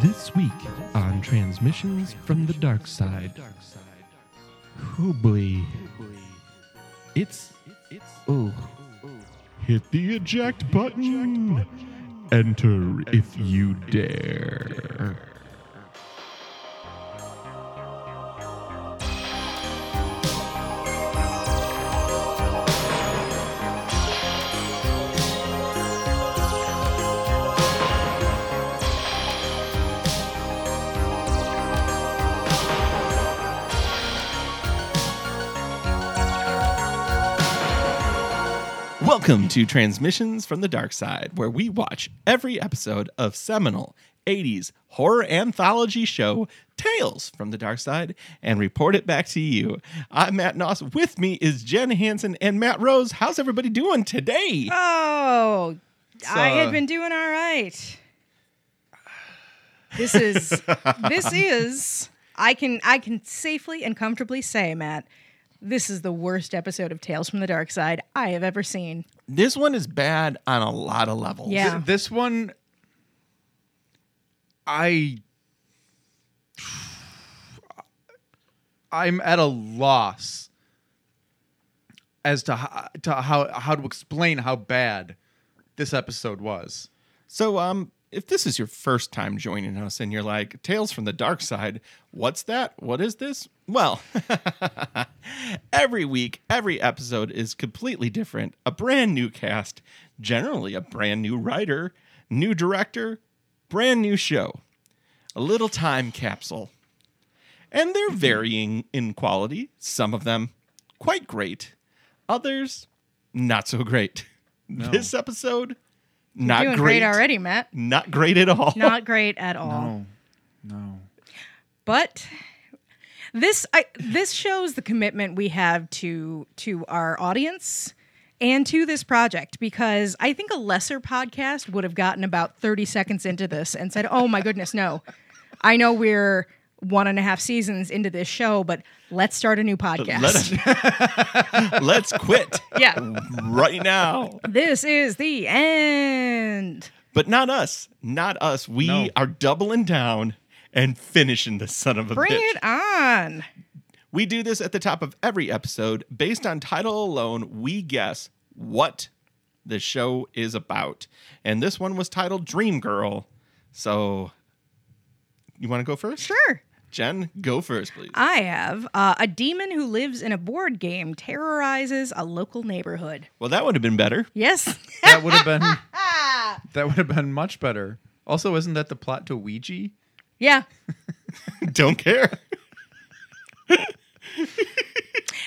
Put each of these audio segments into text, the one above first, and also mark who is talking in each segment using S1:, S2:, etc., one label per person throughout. S1: This week on Transmissions from the Dark Side, Oh, Hoobly. It's. Oh. Hit the eject button. Enter if you dare.
S2: Welcome to Transmissions from the Dark Side, where we watch every episode of seminal 80s horror anthology show Tales from the Dark Side and report it back to you. I'm Matt Noss. With me is Jen Hansen and Matt Rose. How's everybody doing today?
S3: Oh, I
S2: So-
S3: had been doing all right. This is this is I can I can safely and comfortably say, Matt, this is the worst episode of Tales from the Dark Side I have ever seen.
S2: This one is bad on a lot of levels.
S3: Yeah.
S4: Th- this one, I, I'm at a loss as to how, to how how to explain how bad this episode was.
S2: So, um, if this is your first time joining us and you're like, Tales from the Dark Side, what's that? What is this? Well, every week, every episode is completely different. A brand new cast, generally a brand new writer, new director, brand new show, a little time capsule. And
S3: Mm-hmm.
S2: they're varying in quality, some of them quite great, others not so great. This episode, not
S3: doing great. already, Matt.
S2: not great at all.
S3: Not great at all.
S4: no.
S3: But this I, this shows the commitment we have to to our audience and to this project because I think a lesser podcast would have gotten about 30 seconds into this and said, "Oh my goodness, no. I know we're one and a half seasons into this show, but let's start a new podcast."
S2: Let us, let's quit
S3: yeah.
S2: right now.
S3: This is the end.
S2: But not us. Not us. We
S4: No.
S2: are doubling down and finishing this son of a
S3: Bring
S2: bitch.
S3: it on.
S2: We do this at the top of every episode. Based on title alone, we guess what the show is about. And this one was titled Dream Girl. So you want to go first?
S3: Sure.
S2: Jen, go first, please.
S3: I have uh, a demon who lives in a board game terrorizes a local neighborhood.
S2: Well, that would have been better.
S3: Yes.
S4: That would have been that would have been much better. Also, isn't that the plot to Ouija?
S3: Yeah.
S2: Don't care.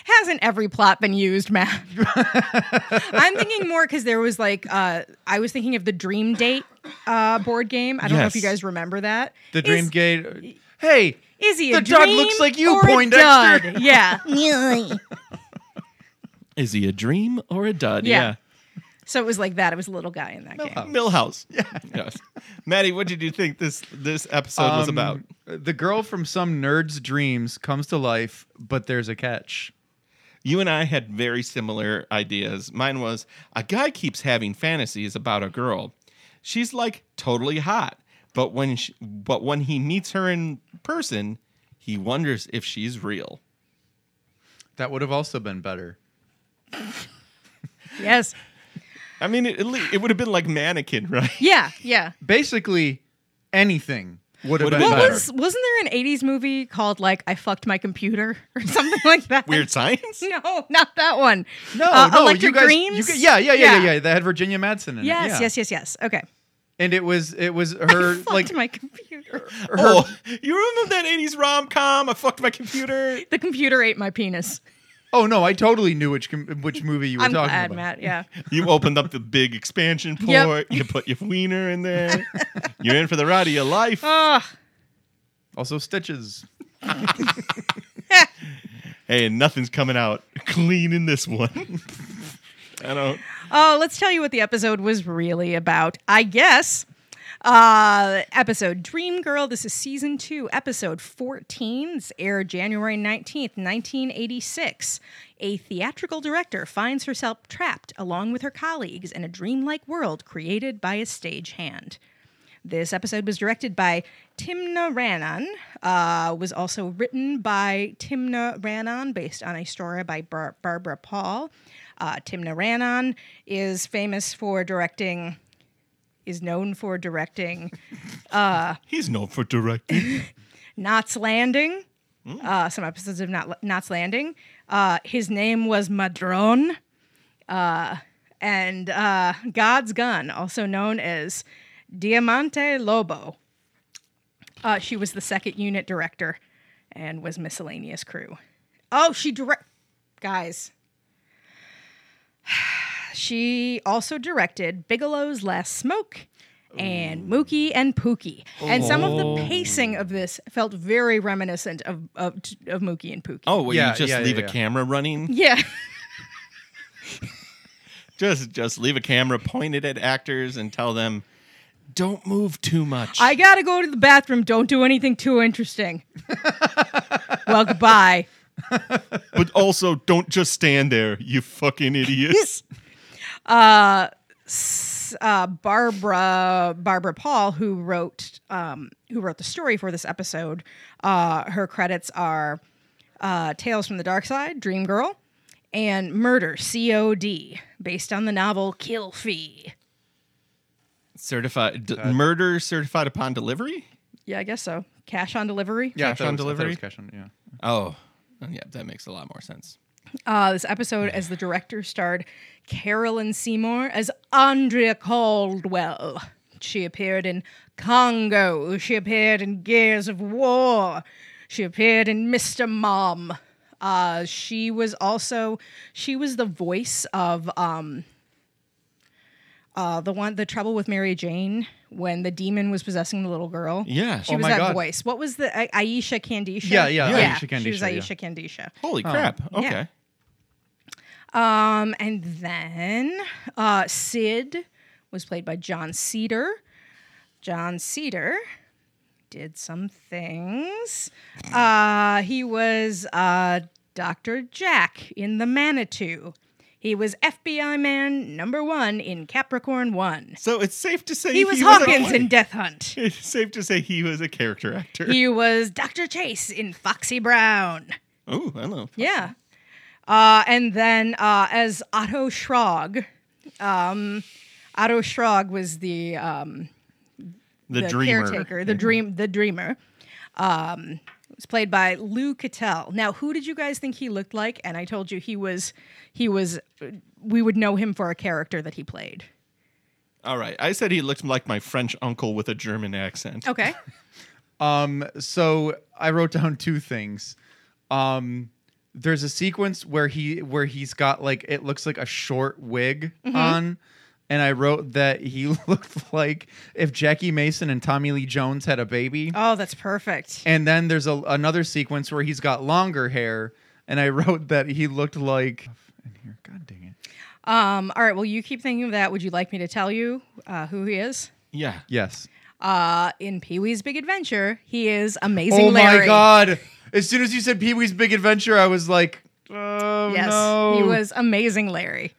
S3: Hasn't every plot been used, Matt? I'm thinking more because there was like, uh, I was thinking of the Dream Date uh, board game. I don't know if you
S2: Yes.
S3: guys remember that.
S4: The
S3: Is-
S4: Dream Gate. Hey,
S3: Is he a
S4: The dud
S3: dream
S4: looks like you,
S3: or a
S4: Poindexter.
S3: dud? Yeah.
S2: Is he a dream or a dud?
S3: Yeah. So it was like that. It was a little guy in that game.
S2: Millhouse. yes. Maddie, what did you think this this episode was
S4: um,
S2: about?
S4: the girl from some nerd's dreams comes to life, but there's a catch.
S2: You and I had very similar ideas. Mine was a guy keeps having fantasies about a girl. She's like totally hot, but when she, but when he meets her in person, he wonders if she's real.
S4: That would have also been better.
S3: Yes.
S2: I mean, it, it would have been like mannequin, right?
S3: Yeah. Yeah.
S4: Basically, anything would have
S2: Would've been
S4: been
S3: What
S4: better.
S3: was? Wasn't there an '80s movie called like I fucked my computer or something like that?
S2: Weird science.
S3: No, not that one.
S4: No,
S3: Uh,
S4: no,
S3: Electric
S4: you guys,
S3: Dreams.
S4: You, gu- yeah, yeah, yeah, yeah, yeah. They had Virginia Madsen in
S3: Yes,
S4: it. yeah.
S3: yes, yes, yes. Okay.
S4: And it was it was
S3: I
S4: her
S3: fucked
S4: like
S3: my computer.
S4: her
S2: Oh, you remember that '80s rom com? I fucked my computer.
S3: The computer ate my penis.
S4: Oh no, I totally knew which com- which movie you were
S3: I'm
S4: talking
S3: glad,
S4: about.
S3: Matt. Yeah.
S2: You opened up the big expansion port.
S3: Yep.
S2: You put your wiener in there. You're in for the ride of your life.
S3: Ugh.
S4: Also Stitches.
S2: Hey, and nothing's coming out clean in this one. I don't.
S3: Oh, let's tell you what the episode was really about. I guess. Uh, episode Dream Girl. This is season two, episode 14. It's aired January 19th, 1986. A theatrical director finds herself trapped along with her colleagues in a dreamlike world created by a stagehand. This episode was directed by Timna Rannon, uh, was also written by Timna Rannon, based on a story by Bar- Barbara Paul. Uh, Timna Rannon is famous for directing, is known for directing
S2: He's known for directing.
S3: Knots Landing, uh, some episodes of Knot, Knots Landing. Uh, his name was Madron, uh, and uh, God's Gun, also known as Diamante Lobo. Uh, she was the second unit director and was miscellaneous crew. Oh, she direct guys. She also directed Bigelow's Last Smoke and Mookie and Pookie. And some of the pacing of this felt very reminiscent of of, of Mookie and Pookie.
S2: Oh, well,
S4: Yeah,
S2: you just
S4: yeah, yeah,
S2: leave a
S4: yeah.
S2: camera running.
S3: Yeah.
S2: Just just leave a camera pointed at actors and tell them, don't move too much.
S3: I gotta go to the bathroom. Don't do anything too interesting. well, goodbye.
S2: but also don't just stand there, you fucking idiots.
S3: uh, Barbara Barbara Paul, who wrote um, who wrote the story for this episode. Uh, her credits are uh, Tales from the Dark Side, Dream Girl, and Murder C.O.D. based on the novel Kill Fee.
S2: certified d- murder certified upon delivery?
S3: Yeah, I guess so. Cash on delivery.
S4: Yeah, I
S2: Cash
S4: thought it
S2: on
S4: was- I thought it
S2: delivery?
S4: was cash on- yeah.
S2: Oh, yeah, that makes a lot more sense.
S3: Uh, this episode, as the director, starred Carolyn Seymour as Andrea Caldwell. She appeared in Congo. She appeared in Gears of War. She appeared in Mr. Mom. Uh, she was also she was the voice of um, uh, the one the trouble with Mary Jane when the demon was possessing the little girl.
S2: Yeah.
S3: she
S2: Oh
S3: was
S4: my
S3: that
S4: God.
S3: voice. What was the A- Aisha Candisha?
S4: Yeah, yeah,
S2: Yeah.
S4: Aisha
S3: She was
S4: Candisha, yeah.
S3: Aisha Candisha.
S2: Holy crap. Okay.
S3: Oh, yeah. Um, and then uh, Sid was played by John Cedar. John Cedar did some things. Uh, he was uh, Dr. Jack in The Manitou. He was FBI man number one in Capricorn One.
S2: So it's safe to say
S3: He was
S2: a-
S3: Hawkins in Death Hunt.
S2: It's safe to say he was a character actor.
S3: He was Dr. Chase in Foxy Brown.
S2: oh, I don't know.
S3: Yeah. Uh, and then uh, as Otto Schrog, um, Otto Schrog was the, um,
S2: The,
S3: the
S2: dreamer.
S3: caretaker, the dream, the dreamer. Um, it was played by Lou Cattell. Now, who did you guys think he looked like? And I told you he was, he was, we would know him for a character that he played.
S2: All right. I said he looked like my French uncle with a German accent.
S3: Okay.
S4: Um, so I wrote down two things. Um, there's a sequence where he where he's got like it looks like a short wig
S3: Mm-hmm.
S4: on, and I wrote that he looked like if Jackie Mason and Tommy Lee Jones had a baby.
S3: Oh, that's perfect.
S4: And then there's a, another sequence where he's got longer hair, and I wrote that he looked like. In here, god dang it.
S3: Um, all right. Well, you keep thinking of that. Would you like me to tell you uh, who he is?
S2: Yeah.
S4: Yes.
S3: Uh, in Pee Wee's Big Adventure, he is Amazing
S4: Oh
S3: Larry.
S4: my god! As soon as you said Pee Wee's Big Adventure, I was like, oh
S3: Yes,
S4: no.
S3: he was amazing, Larry.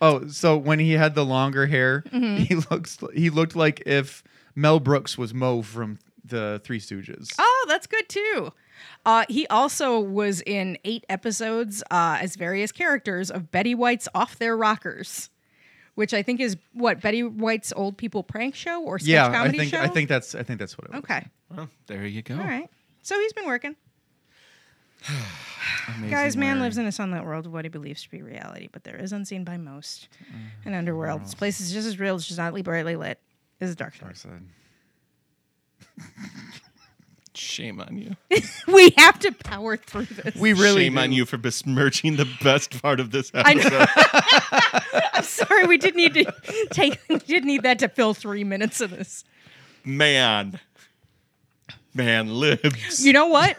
S4: Oh, so when he had the longer hair,
S3: Mm-hmm.
S4: he looks he looked like if Mel Brooks was Mo from the Three Stooges.
S3: Oh, that's good too. Uh, he also was in eight episodes uh, as various characters of Betty White's Off Their Rockers, which I think is what Betty White's old people prank show or sketch
S4: yeah, I
S3: comedy
S4: think
S3: show.
S4: I think that's I think that's what it was.
S3: Okay.
S2: Well, there you go.
S3: All right. So he's been working. Guys, man lives in a sunlit world of what he believes to be reality, but there is unseen by most.
S4: Mm,
S3: An underworld. This place is just as real, it's just not brightly lit. Is a dark side.
S2: Shame on you.
S3: We have to power through this.
S4: We really
S2: Shame on
S4: do.
S2: you for besmirching the best part of this
S3: know.
S2: episode.
S3: I'm sorry, we did need to take we did need that to fill three minutes of this.
S2: Man. Man lives.
S3: You know what?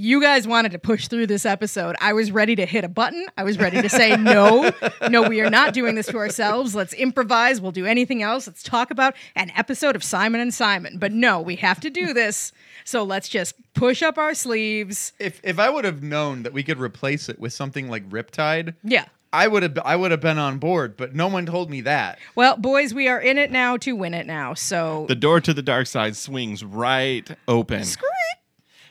S3: You guys wanted to push through this episode. I was ready to hit a button. I was ready to say, no, no, we are not doing this to ourselves. Let's improvise. We'll do anything else. Let's talk about an episode of Simon and Simon. But no, we have to do this. So let's just push up our sleeves.
S4: If if I would have known that we could replace it with something like Riptide,
S3: Yeah.
S4: I would have I would have been on board, but no one told me that.
S3: Well, boys, we are in it now to win it now. So
S2: The door to the dark side swings right open,
S3: screw it.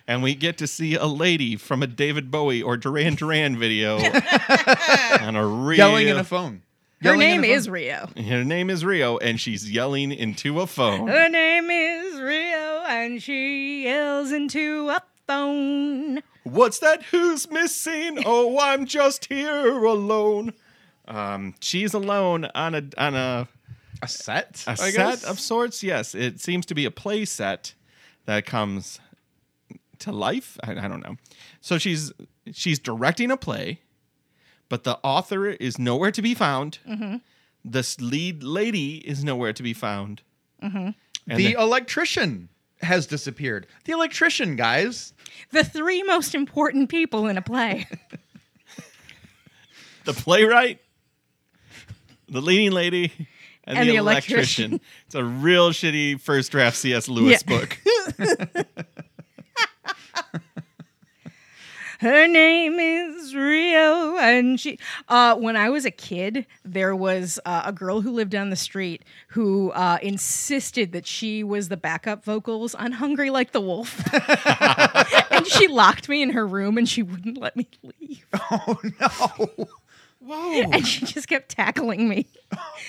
S2: and we get to see a lady from a David Bowie or Duran Duran video on a real.
S4: Yelling in a phone.
S3: Her
S4: Yelling in
S3: name
S4: a phone.
S3: is Rio.
S2: Her name is Rio, and she's yelling into a phone.
S3: Her name is Rio, and she yells into a phone.
S2: What's that? Who's missing? Oh, I'm just here alone. Um, she's alone on a on a
S4: a set.
S2: a
S4: I
S2: set
S4: guess?
S2: of sorts. Yes, it seems to be a play set that comes to life. I, I don't know. So she's she's directing a play, but the author is nowhere to be found.
S4: Mm-hmm.
S2: This lead lady is nowhere to be found. And
S4: the
S2: the-
S4: electrician has disappeared. The electrician, guys.
S3: The three most important people in a play.
S2: The playwright, the leading lady, and, the, electrician. It's a real shitty first draft C.S. Lewis
S3: Yeah.
S2: book.
S3: Her name is Rio, and she. Uh, when I was a kid, there was uh, a girl who lived down the street who uh, insisted that she was the backup vocals on "Hungry Like the Wolf," and she locked me in her room, and she wouldn't let me leave,
S4: Oh no.
S2: Whoa.
S3: and she just kept tackling me.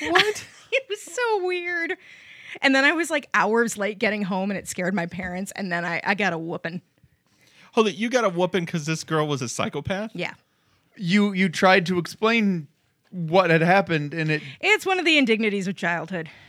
S3: What? it was so weird. And then I was like hours late getting home, and it scared my parents. And then I, I got a whooping.
S2: Hold it. You got a whooping because this girl was a psychopath?
S3: Yeah.
S4: You you tried to explain what had happened and it
S3: It's one of the indignities of childhood.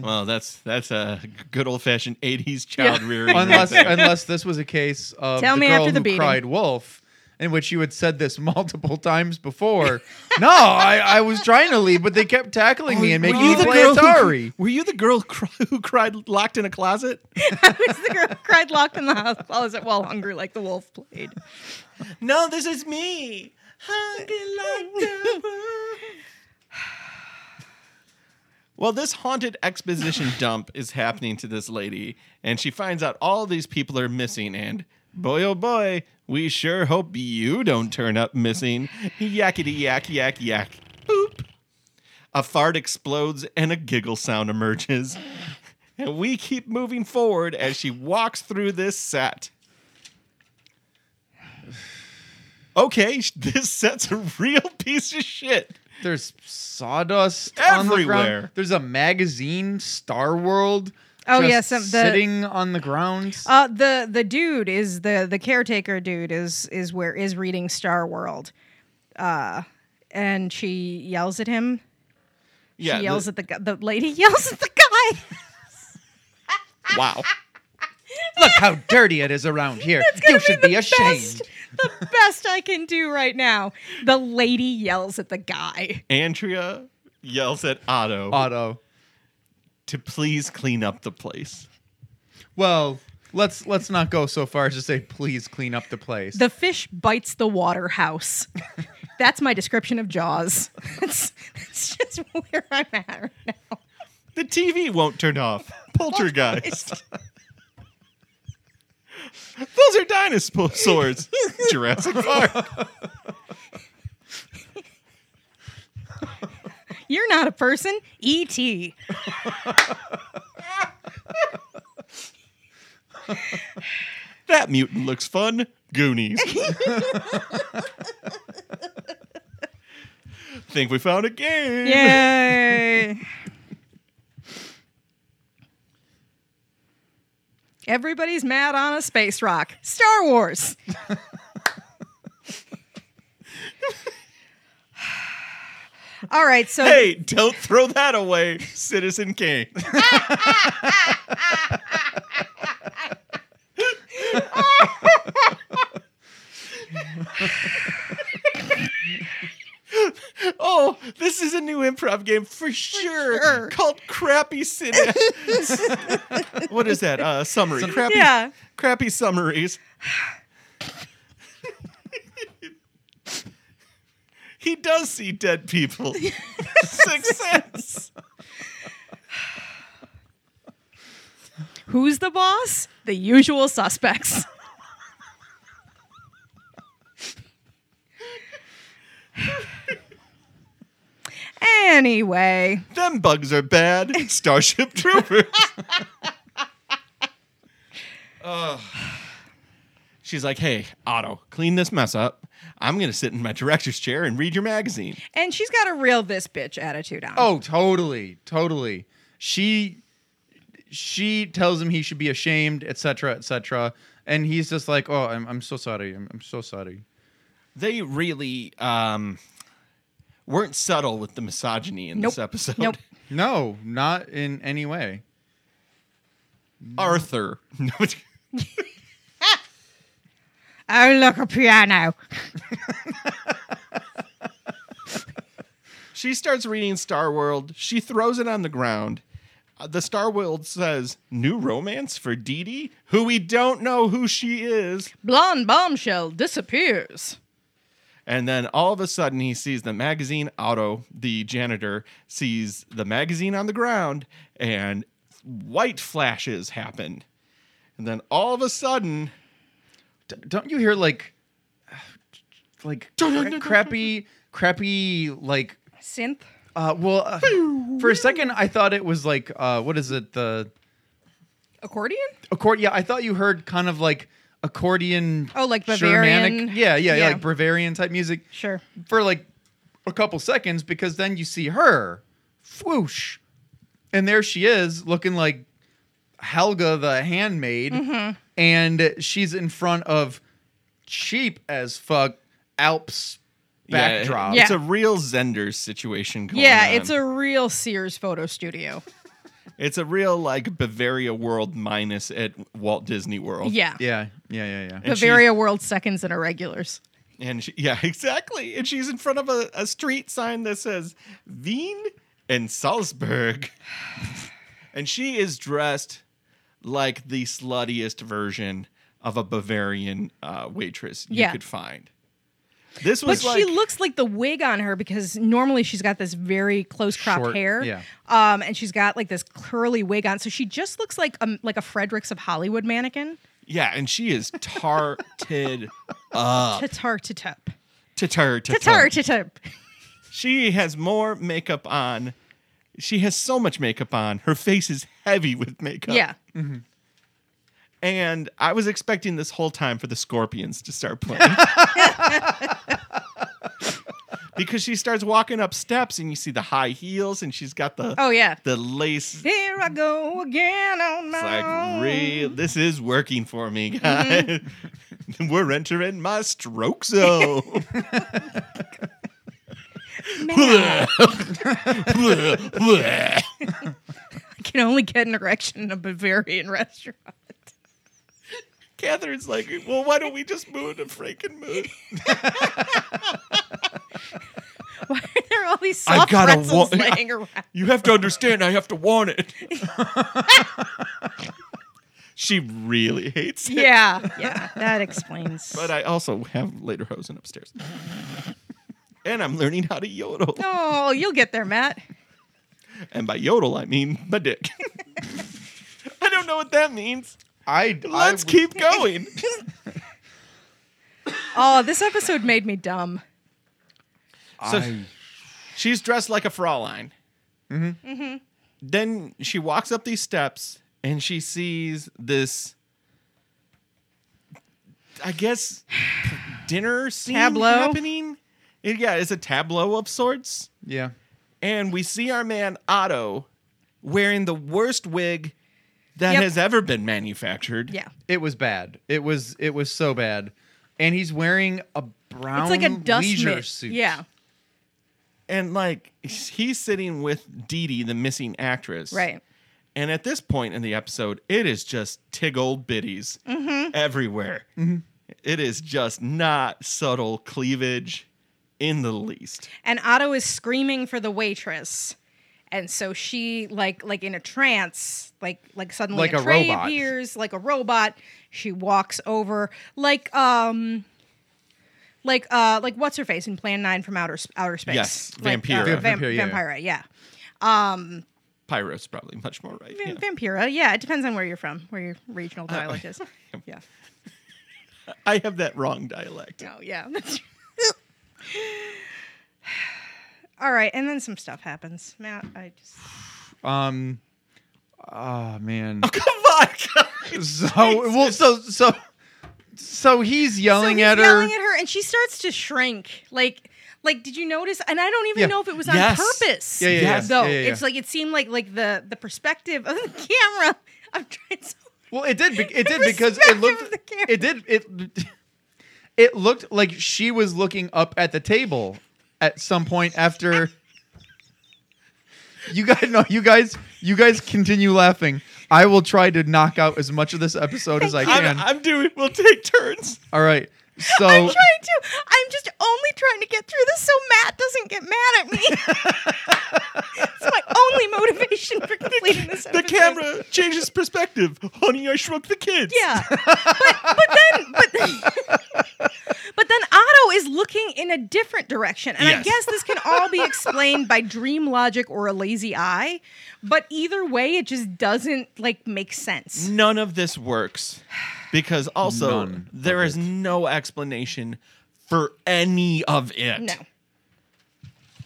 S2: Well, that's that's a good old fashioned '80s child rearing.
S4: unless unless this was a case of
S3: Tell
S4: the
S3: me
S4: girl
S3: after the
S4: who
S3: beating.
S4: cried wolf, in which you had said this multiple times before. no, I, I was trying to leave, but they kept tackling
S3: Oh,
S4: me and making me play Atari.
S2: Who, were you the girl cr- who cried locked in a closet?
S3: was the girl who cried locked in the house closet while hungry like the wolf played.
S2: No, this is me. Hungry like the Well, this haunted exposition dump is happening to this lady, and she finds out all these people are missing. And boy, oh boy, we sure hope you don't turn up missing. Yakety yak, yak, yak. Boop. A fart explodes, and a giggle sound emerges. And we keep moving forward as she walks through this set. Okay, this set's a real piece of shit.
S4: There's sawdust On the ground.
S2: Everywhere.
S4: There's a magazine, Star World.
S3: Oh,
S4: just
S3: yeah, some- the-
S4: sitting on the ground.
S3: Uh, the the dude is the the caretaker dude is is where is reading Star World, uh, and she yells at him.
S2: Yeah,
S3: she yells
S2: the-
S3: at the gu- the lady yells at the guy.
S2: wow.
S4: Look how dirty it is around here. You should be, ashamed.
S3: Best, the best I can do right now. The lady yells at the guy.
S2: Andrea yells at Otto
S4: Otto.
S2: to please clean up the place.
S4: Well, let's let's not go so far as to say please clean up the place.
S3: The fish bites the water house. That's my description of Jaws. That's, that's just where I'm at right now.
S2: The TV won't turn off. Poltergeist. Those are dinosaurs. Jurassic Park.
S3: You're not a person. E E.T.
S2: That mutant looks fun. Goonies. Think we found a game.
S3: Yay. Everybody's mad on a space rock. Star Wars. All right, so
S2: Hey, don't throw that away, Citizen Kane. oh, this is a new improv game for sure,
S3: sure.
S2: called Crappy City. what is that? Uh, summary. crappy,
S3: yeah.
S2: crappy summaries. he does see dead people. Success.
S3: Who's the boss? The usual suspects. Anyway,
S2: Them bugs are bad. Starship Troopers. Ugh. She's like, hey, Otto, clean this mess up. I'm going to sit in my director's chair and read your magazine.
S3: and she's got a real this bitch attitude on.
S4: Oh, totally, totally. She she tells him he should be ashamed, etc., etc. And he's just like, "Oh, I'm, I'm so sorry. I'm, I'm so sorry."
S2: They really um, weren't subtle with the misogyny in this
S3: Nope.
S2: episode.
S3: Nope.
S4: No, not in any way.
S2: Arthur.
S3: Oh, look, a piano.
S2: she starts reading Star World. She throws it on the ground. Uh, the Star World says, New romance for Dee Dee, who we don't know who she is.
S3: Blonde bombshell disappears.
S2: And then all of a sudden, he sees the magazine. Otto, the janitor, sees the magazine on the ground, and white flashes happen. And then all of a sudden,
S4: D- don't you hear like like cra- crappy crappy like
S3: Synth.
S4: uh well uh, for a second I thought it was like uh what is it the
S3: Accordion?
S4: accord yeah I thought you heard kind of like accordion
S3: Oh, like Bavarian.
S4: Germanic yeah, yeah yeah
S3: Yeah.
S4: like Bavarian type music
S3: Sure.
S4: for like a couple seconds because then you see her whoosh and there she is looking like helga the handmaid
S3: Mm-hmm.
S4: and she's in front of cheap as fuck alps
S2: yeah,
S4: backdrop
S2: It's
S3: Yeah.
S2: a real Zenders situation. Going
S3: yeah,
S2: on.
S3: it's a real Sears photo studio.
S2: it's a real like Bavaria World minus at Walt Disney World.
S3: Yeah.
S4: yeah yeah yeah yeah
S2: Oh, And she's-
S3: Bavaria World seconds and irregulars.
S2: and she, yeah, exactly. And she's in front of a, a street sign that says Wien and Salzburg, and she is dressed like the sluttiest version of a Bavarian uh, waitress you
S3: Yeah.
S2: could find. This
S3: But
S2: was
S3: she
S2: like
S3: looks like the wig on her because normally she's got this very close crop
S4: Short,
S3: hair.
S4: yeah.
S3: Um, and she's got like this curly wig on. So she just looks like a, like a Fredericks of Hollywood mannequin.
S2: yeah, and she is tarted up.
S3: Tatar tatup.
S2: Uh. Tatar,
S3: Tatar tatup.
S2: She has more makeup on. She has so much makeup on. Her face is heavy with makeup.
S3: Yeah.
S2: And I was expecting this whole time for the Scorpions to start playing. because she starts walking up steps and you see the high heels and she's got the
S3: Oh, yeah.
S2: the lace. It's
S3: Here I go again Oh, on my
S2: like
S3: own.
S2: real this is working for me, guys. We're entering my stroke zone.
S3: Man, I can only get an erection in a Bavarian restaurant.
S2: Catherine's like, well, why don't we just move to Frankenmuth?
S3: Why are there all these
S2: I
S3: soft
S2: gotta
S3: pretzels
S2: wa-
S3: laying around?
S2: You have to understand, I have to want it. she really hates it.
S3: Yeah, yeah, that explains.
S2: But I also have Lederhosen upstairs. and I'm learning how to yodel.
S3: oh, you'll get there, Matt.
S2: And by yodel, I mean my dick. I don't know what that means.
S4: i
S2: Let's
S4: I, would-
S2: keep going.
S3: Oh, this episode made me dumb.
S2: So
S4: I-
S2: she's dressed like a Fraulein. Mm-hmm. Then she walks up these steps and she sees this, I guess, dinner scene
S3: Tableau?
S2: happening. It- yeah, it's a tableau of sorts.
S4: yeah
S2: And we see our man Otto wearing the worst wig that
S3: Yep.
S2: has ever been manufactured.
S3: Yeah,
S4: it was bad it was it was so bad and he's wearing a brown
S3: it's like a dust
S4: leisure
S3: mitt.
S4: suit
S3: Yeah,
S2: And like he's sitting with Dee Dee, the missing actress.
S3: right.
S2: And at this point in the episode, it is just tig old biddies
S3: Mm-hmm.
S2: everywhere. It is just not subtle cleavage in the least.
S3: And Otto is screaming for the waitress, and so she like like in a trance, like like suddenly
S4: Like
S3: a
S4: a
S3: tray
S4: robot.
S3: appears, like a robot. She walks over, like um, like uh, like what's her face in Plan Nine from outer S- outer space?
S2: Yes,
S3: Like, uh,
S2: Vampira.
S3: Vamp-
S4: Vampira, yeah, yeah.
S3: Vampira, yeah.
S2: Pyro's probably much more right.
S3: Vamp-
S2: yeah.
S3: Vampira, yeah. It depends on where you're from, where your regional
S4: Uh,
S3: dialect is. Yeah.
S2: I have that wrong dialect.
S3: No, yeah. all right, and then some stuff happens. Matt, I just
S4: Um. Oh man.
S2: Come on.
S4: so well, so so so he's
S3: so
S4: yelling
S3: he's
S4: at her.
S3: yelling at her, and she starts to shrink. Like, like did you notice? And I don't even
S4: Yeah.
S3: know if it was on
S2: Yes.
S3: purpose.
S4: Yeah, yeah, yeah.
S3: Though
S4: Yeah, yeah, yeah.
S3: it's like it seemed like like the the perspective of the camera. I'm trying so
S4: Well, it did. Be- it did
S3: The
S4: because it
S3: perspective of
S4: looked.
S3: the camera.
S4: It did. It. It looked like she was looking up at the table at some point after. You guys, no, you guys, you guys continue laughing. I will try to knock out as much of this episode as I can.
S2: I'm, I'm doing. We'll take turns.
S4: All right. So
S3: I'm trying to. I'm just only trying to get through this so Matt doesn't get mad at me. it's my only motivation for completing this.
S2: The
S3: episode.
S2: camera changes perspective. Honey, I shrunk the kids.
S3: Yeah, but but then but but then Otto is looking in a different direction, and I
S2: Yes.
S3: guess this can all be explained by dream logic or a lazy eye. But either way, it just doesn't like make sense.
S2: None of this works because also
S4: None of
S2: there is no explanation for any of it.
S3: No,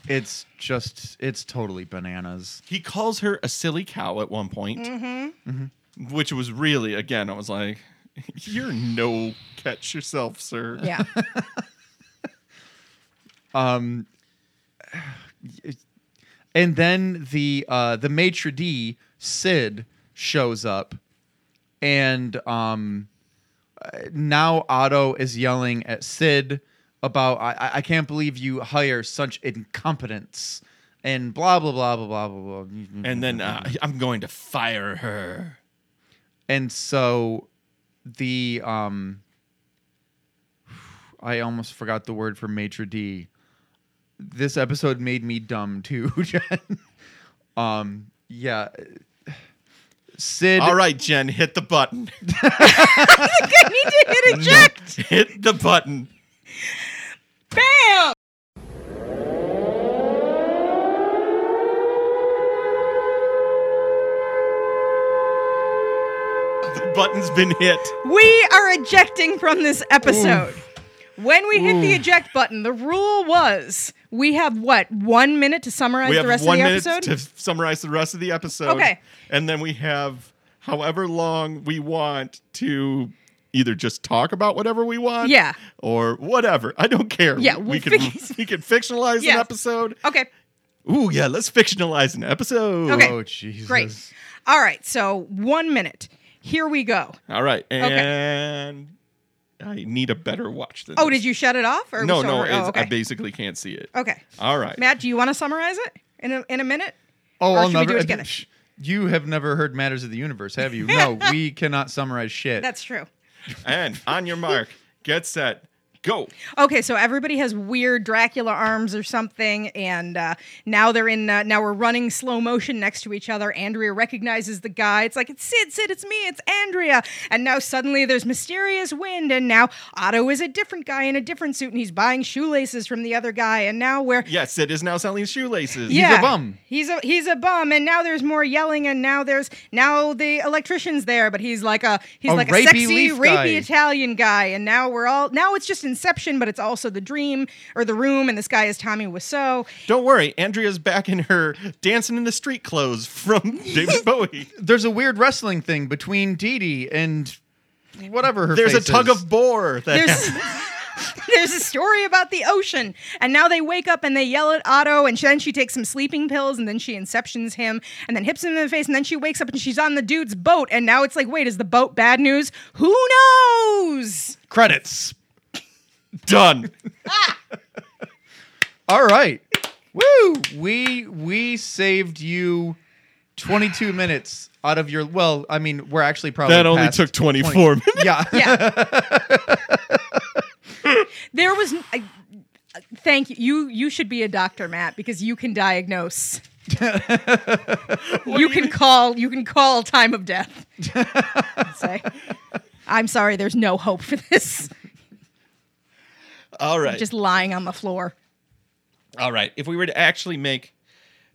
S4: it's just, it's totally bananas.
S2: He calls her a silly cow at one point, Mm-hmm. which was really, again, I was like, you're no catch yourself, sir.
S3: yeah,
S4: Um, and then the uh, the maitre d Sid shows up, and um, uh, now Otto is yelling at Sid about I- I I can't believe you hire such incompetence and blah blah blah blah blah blah blah.
S2: And then uh, I'm going to fire her.
S4: and so the um I almost forgot the word for maitre d. This episode made me dumb too, Jen. Um yeah. Sid
S2: All right, Jen, hit the button.
S3: I need to hit eject.
S2: hit the button.
S3: Bam.
S2: The button's been hit.
S3: We are ejecting from this episode. When we hit the eject button, the rule was we have what one minute to summarize
S2: we
S3: the
S2: have
S3: rest
S2: one
S3: of the
S2: minute
S3: episode.
S2: to summarize the rest of the episode.
S3: Okay.
S2: And then we have however long we want to either just talk about whatever we want.
S3: Yeah.
S2: Or whatever. I don't care.
S3: Yeah,
S2: We,
S3: we'll
S2: we can
S3: fix-
S2: we can fictionalize
S3: Yeah.
S2: an episode.
S3: okay,
S2: Ooh, yeah, let's fictionalize an episode.
S3: Okay.
S4: Oh Jesus.
S3: great. All right, so one minute. Here we go.
S2: All right. And I need a better watch than
S3: Oh,
S2: this.
S3: did you shut it off? Or
S2: No,
S3: was it
S2: no,
S3: over?
S2: it's,
S3: oh, okay.
S2: I basically can't see it.
S3: okay.
S2: All right.
S3: Matt, do you want to summarize it in a, in a minute?
S4: Oh,
S3: Or
S4: I'll
S3: should we do
S4: never
S3: it together?
S4: You have never heard Matters of the Universe, have you? No, we cannot summarize shit.
S3: That's true.
S2: And on your mark, get set, go.
S3: Okay, so everybody has weird Dracula arms or something, and uh, now they're in. Uh, now we're running slow motion next to each other. Andrea recognizes the guy. It's like it's Sid, Sid, it's me, it's Andrea. And now suddenly there's mysterious wind, and now Otto is a different guy in a different suit, and he's buying shoelaces from the other guy. And now we're
S2: Yes, it is now selling shoelaces.
S4: a bum.
S3: He's a he's a bum, and now there's more yelling, and now there's now the electrician's there, but he's like a he's
S4: A
S3: like a
S4: rapey
S3: sexy
S4: leaf
S3: rapey
S4: guy.
S3: Italian guy, and now we're all now it's just Inception, but it's also the dream or the room, and this guy is Tommy Wiseau.
S2: Don't worry, Andrea's back in her dancing in the street clothes from David Bowie.
S4: There's a weird wrestling thing between Dee Dee and whatever her
S2: There's a
S4: face
S2: tug
S4: is.
S2: of war. That
S3: There's there's a story about the ocean, and now they wake up and they yell at Otto, and then she takes some sleeping pills, and then she inceptions him, and then hips him in the face, and then she wakes up and she's on the dude's boat, and now it's like, wait, is the boat bad news? Who knows?
S4: credits.
S2: done.
S4: All right. Woo! We we saved you 22 minutes out of your well, I mean, we're actually probably
S2: That only
S4: past
S2: took 24
S4: 20.
S2: minutes.
S4: Yeah.
S3: Yeah. there was. n- I, uh, thank you. You you should be a doctor, Matt, because you can diagnose. you can call. You can call time of death. and say, I'm sorry. There's no hope for this.
S2: All right.
S3: Just lying on the floor.
S2: All right. If we were to actually make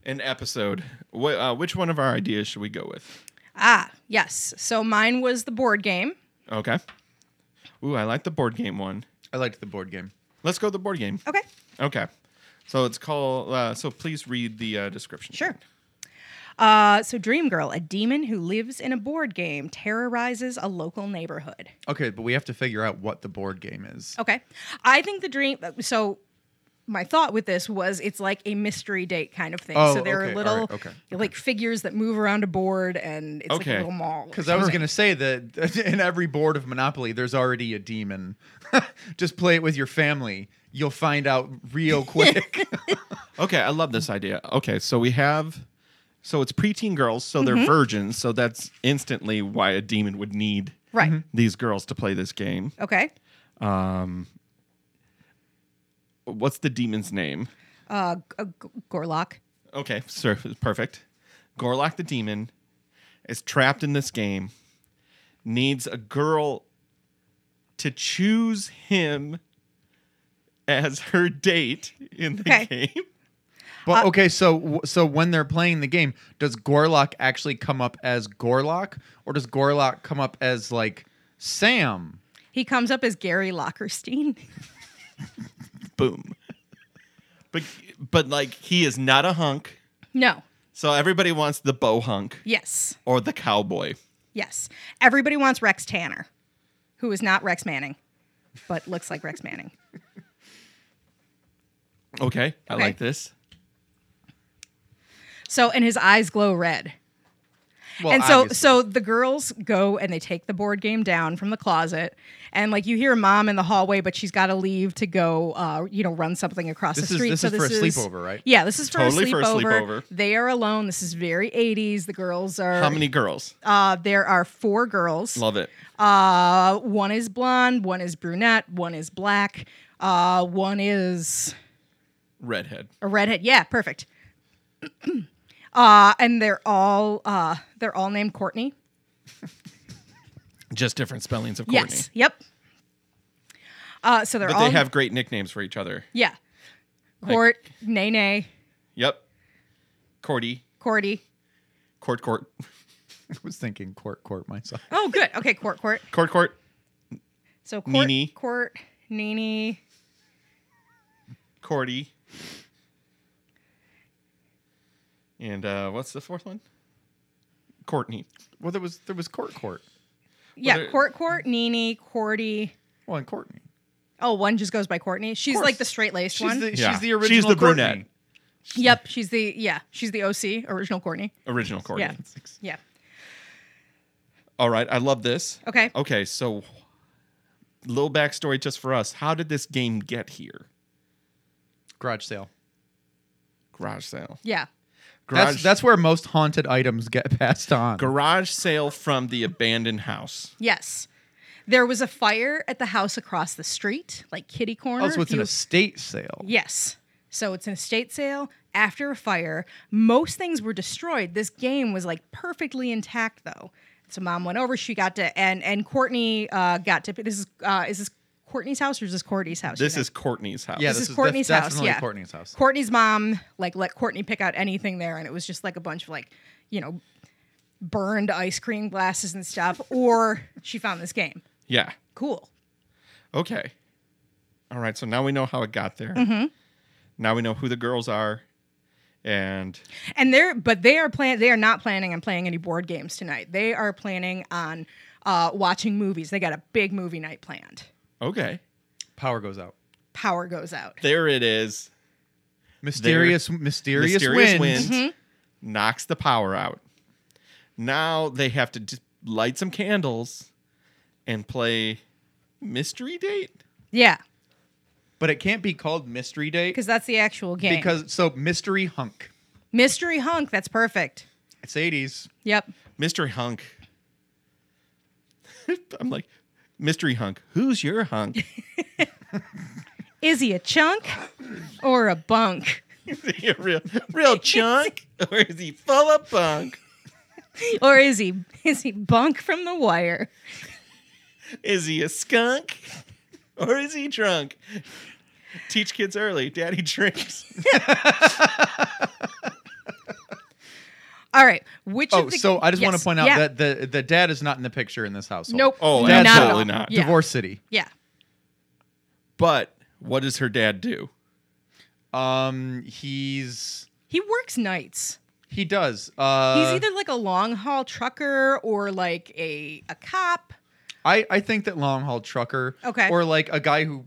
S2: an episode, wh- uh, which one of our ideas should we go with?
S3: Ah, yes. So mine was the board game.
S2: Okay. Ooh, I like the board game one.
S4: I liked the board game.
S2: Let's go the board game.
S3: Okay.
S2: Okay. So it's called. Uh, so please read the uh, description.
S3: Sure. Uh, so, Dream Girl, a demon who lives in a board game, terrorizes a local neighborhood.
S4: Okay, but we have to figure out what the board game is.
S3: Okay. I think the dream. So, my thought with this was it's like a mystery date kind of thing.
S4: Oh,
S3: so there
S4: okay,
S3: are little
S4: alright, okay,
S3: like figures that move around a board, and it's like
S2: Okay.
S3: a little mall.
S4: Because I was going to say that in every board of Monopoly, there's already a demon. Just play it with your family. You'll find out real quick.
S2: Okay, I love this idea. Okay, so we have. So it's preteen girls, so
S3: Mm-hmm.
S2: they're virgins. So that's instantly why a demon would need
S3: Right.
S2: these girls to play this game.
S3: Okay.
S2: What's the demon's name?
S3: Uh, G- uh, G- Gorlock.
S2: Okay, sir, perfect. Gorlock the demon is trapped in this game, needs a girl to choose him as her date in the
S3: Okay.
S2: game.
S4: but okay, so w- so when they're playing the game, does Gorlock actually come up as Gorlock, or does Gorlock come up as like Sam?
S3: He comes up as Gary Lockerstein.
S2: Boom. But but like he is not a hunk.
S3: no.
S2: So everybody wants the bow hunk
S3: Yes.
S2: or the cowboy.
S3: Yes. Everybody wants Rex Tanner, who is not Rex Manning, but looks like Rex Manning.
S2: Okay, I
S3: Okay.
S2: like this.
S3: So, and his eyes glow red.
S4: Well,
S3: and so
S4: obviously.
S3: so the girls go and they take the board game down from the closet and like you hear mom in the hallway but she's got to leave to go uh you know run something across
S4: This
S3: the
S4: is-
S3: street
S4: this
S3: so
S4: is for a sleepover, right?
S3: yeah this is for,
S2: Totally
S3: a, sleepover.
S2: for a sleepover.
S3: they are alone this is very 80s the girls are
S2: How many girls?
S3: uh there are four girls
S2: Love it.
S3: uh one is blonde one is brunette one is black uh one is
S2: Redhead.
S3: a redhead. Yeah, perfect. uh, and they're all uh, they're all named Courtney.
S2: Just different spellings of Courtney.
S3: Yes. Yep. Uh, so they're
S2: But
S3: all
S2: they have great nicknames for each other.
S3: yeah, Court, Nay Nay,
S2: Yep. Cordy.
S3: Cordy.
S2: Court court.
S4: I was thinking court court myself.
S3: Oh, good. Okay, Court, Court.
S2: Court court.
S3: So Court,
S2: Nene.
S3: Court, Nene,
S2: Cordy. And uh, what's the fourth one? Courtney.
S4: Well, there was there was court court.
S3: yeah,
S2: they're-
S3: Court, Court, Nene, Cordy.
S4: Well, and Courtney.
S3: Oh, one just goes by Courtney. She's
S4: course.
S3: like the straight laced
S4: She's
S3: one.
S4: the,
S2: Yeah.
S4: she's the
S2: She's
S4: original.
S2: the
S4: Courtney.
S2: brunette.
S3: yep, she's the yeah, she's the OC original Courtney.
S2: Original Courtney.
S3: Yeah, yeah.
S2: All right. I love this.
S3: Okay.
S2: Okay. So, little backstory just for us. How did this game get here?
S4: Garage sale.
S2: Garage sale.
S3: Yeah.
S2: Garage,
S4: That's that's where most haunted items get passed on.
S2: garage sale from the abandoned house.
S3: Yes. There was a fire at the house across the street, like kitty corner.
S2: Oh,
S4: also,
S3: If
S4: it's an
S3: you-
S4: estate sale.
S3: yes. So it's an estate sale after a fire. Most things were destroyed. This game was like perfectly intact though. So mom went over, she got to and and Courtney uh got to this is uh is this Courtney's house or is this Courtney's house? you
S2: This
S3: know?
S2: is Courtney's house.
S4: Yeah,
S3: This
S4: this,
S3: is
S4: is
S3: Courtney's
S4: def-
S3: house,
S4: definitely
S3: yeah.
S4: Courtney's house.
S3: Courtney's mom like let Courtney pick out anything there, and it was just like a bunch of like you know burned ice cream glasses and stuff. Or she found this game.
S2: Yeah.
S3: Cool.
S2: Okay. All right. So now we know how it got there.
S4: Mm-hmm.
S2: Now we know who the girls are. And
S3: And they're but they are plan they are not planning on playing any board games tonight. They are planning on uh, watching movies. They got a big movie night planned.
S2: okay.
S4: Power goes out.
S3: Power goes out.
S2: There it is.
S4: Mysterious, mysterious,
S2: Mysterious
S4: wind. Mm-hmm.
S2: wind knocks the power out. Now they have to just light some candles and play mystery date.
S3: Yeah,
S4: But it can't be called mystery date
S3: because that's the actual game.
S4: because so mystery hunk.
S3: mystery hunk. That's perfect.
S4: It's eighties.
S3: Yep.
S2: Mystery hunk. I'm like, mystery hunk. Who's your hunk?
S3: Is he a chunk or a bunk
S2: Is he a real, real chunk, or is he full of bunk?
S3: or is he is he bunk from the wire?
S2: Is he a skunk or is he drunk? Teach kids early. Daddy drinks.
S3: All right. Which
S4: Oh,
S3: of the,
S4: so I just want
S3: Yes.
S4: to point out
S3: Yeah.
S4: that the the dad is not in the picture in this household.
S3: nope.
S2: Oh,
S3: not at
S2: absolutely
S3: all.
S2: not.
S3: Yeah.
S4: Divorce City.
S3: Yeah.
S2: But what does her dad do?
S4: Um, he's
S3: He works nights.
S4: he does. Uh,
S3: He's either like a long haul trucker or like a a cop.
S4: I, I think that long haul trucker.
S3: Okay.
S4: Or like a guy who,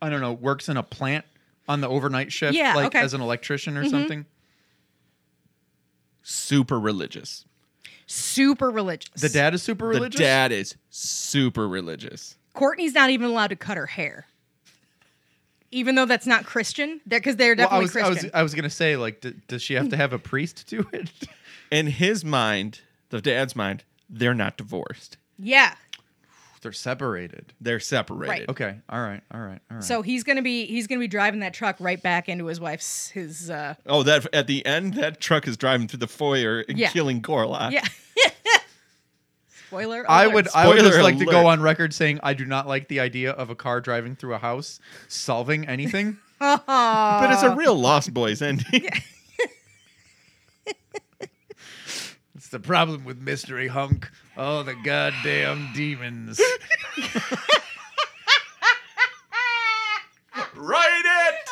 S4: I don't know, works in a plant on the overnight shift,
S3: Yeah,
S4: like
S3: okay. Mm-hmm.
S4: as an electrician or something.
S2: Super religious.
S3: Super religious.
S4: The dad is super religious.
S2: The dad is super religious.
S3: Courtney's not even allowed to cut her hair. Even though that's not Christian, because they're
S4: Well,
S3: definitely
S4: I was, I was uh,
S3: Christian. Mm.
S4: I was gonna say like, d- does she have to have a priest do it?
S2: In his mind, the dad's mind, they're not divorced.
S3: yeah.
S4: They're separated.
S2: They're separated.
S4: Okay. All right. All right. All right.
S3: So he's gonna be he's gonna be driving that truck right back into his wife's his uh
S2: Oh, that at the end, that truck is driving through the foyer and
S3: Yeah.
S2: killing Gorlock.
S3: yeah. Spoiler.
S4: Uh, I would
S3: alert.
S4: I would just
S2: Spoiler
S4: like to go
S2: alert.
S4: on record saying I do not like the idea of a car driving through a house solving anything.
S2: But it's
S3: Uh,
S2: a real Lost Boys ending.
S4: it's the problem with mystery hunk. Oh, the goddamn demons.
S2: Write it.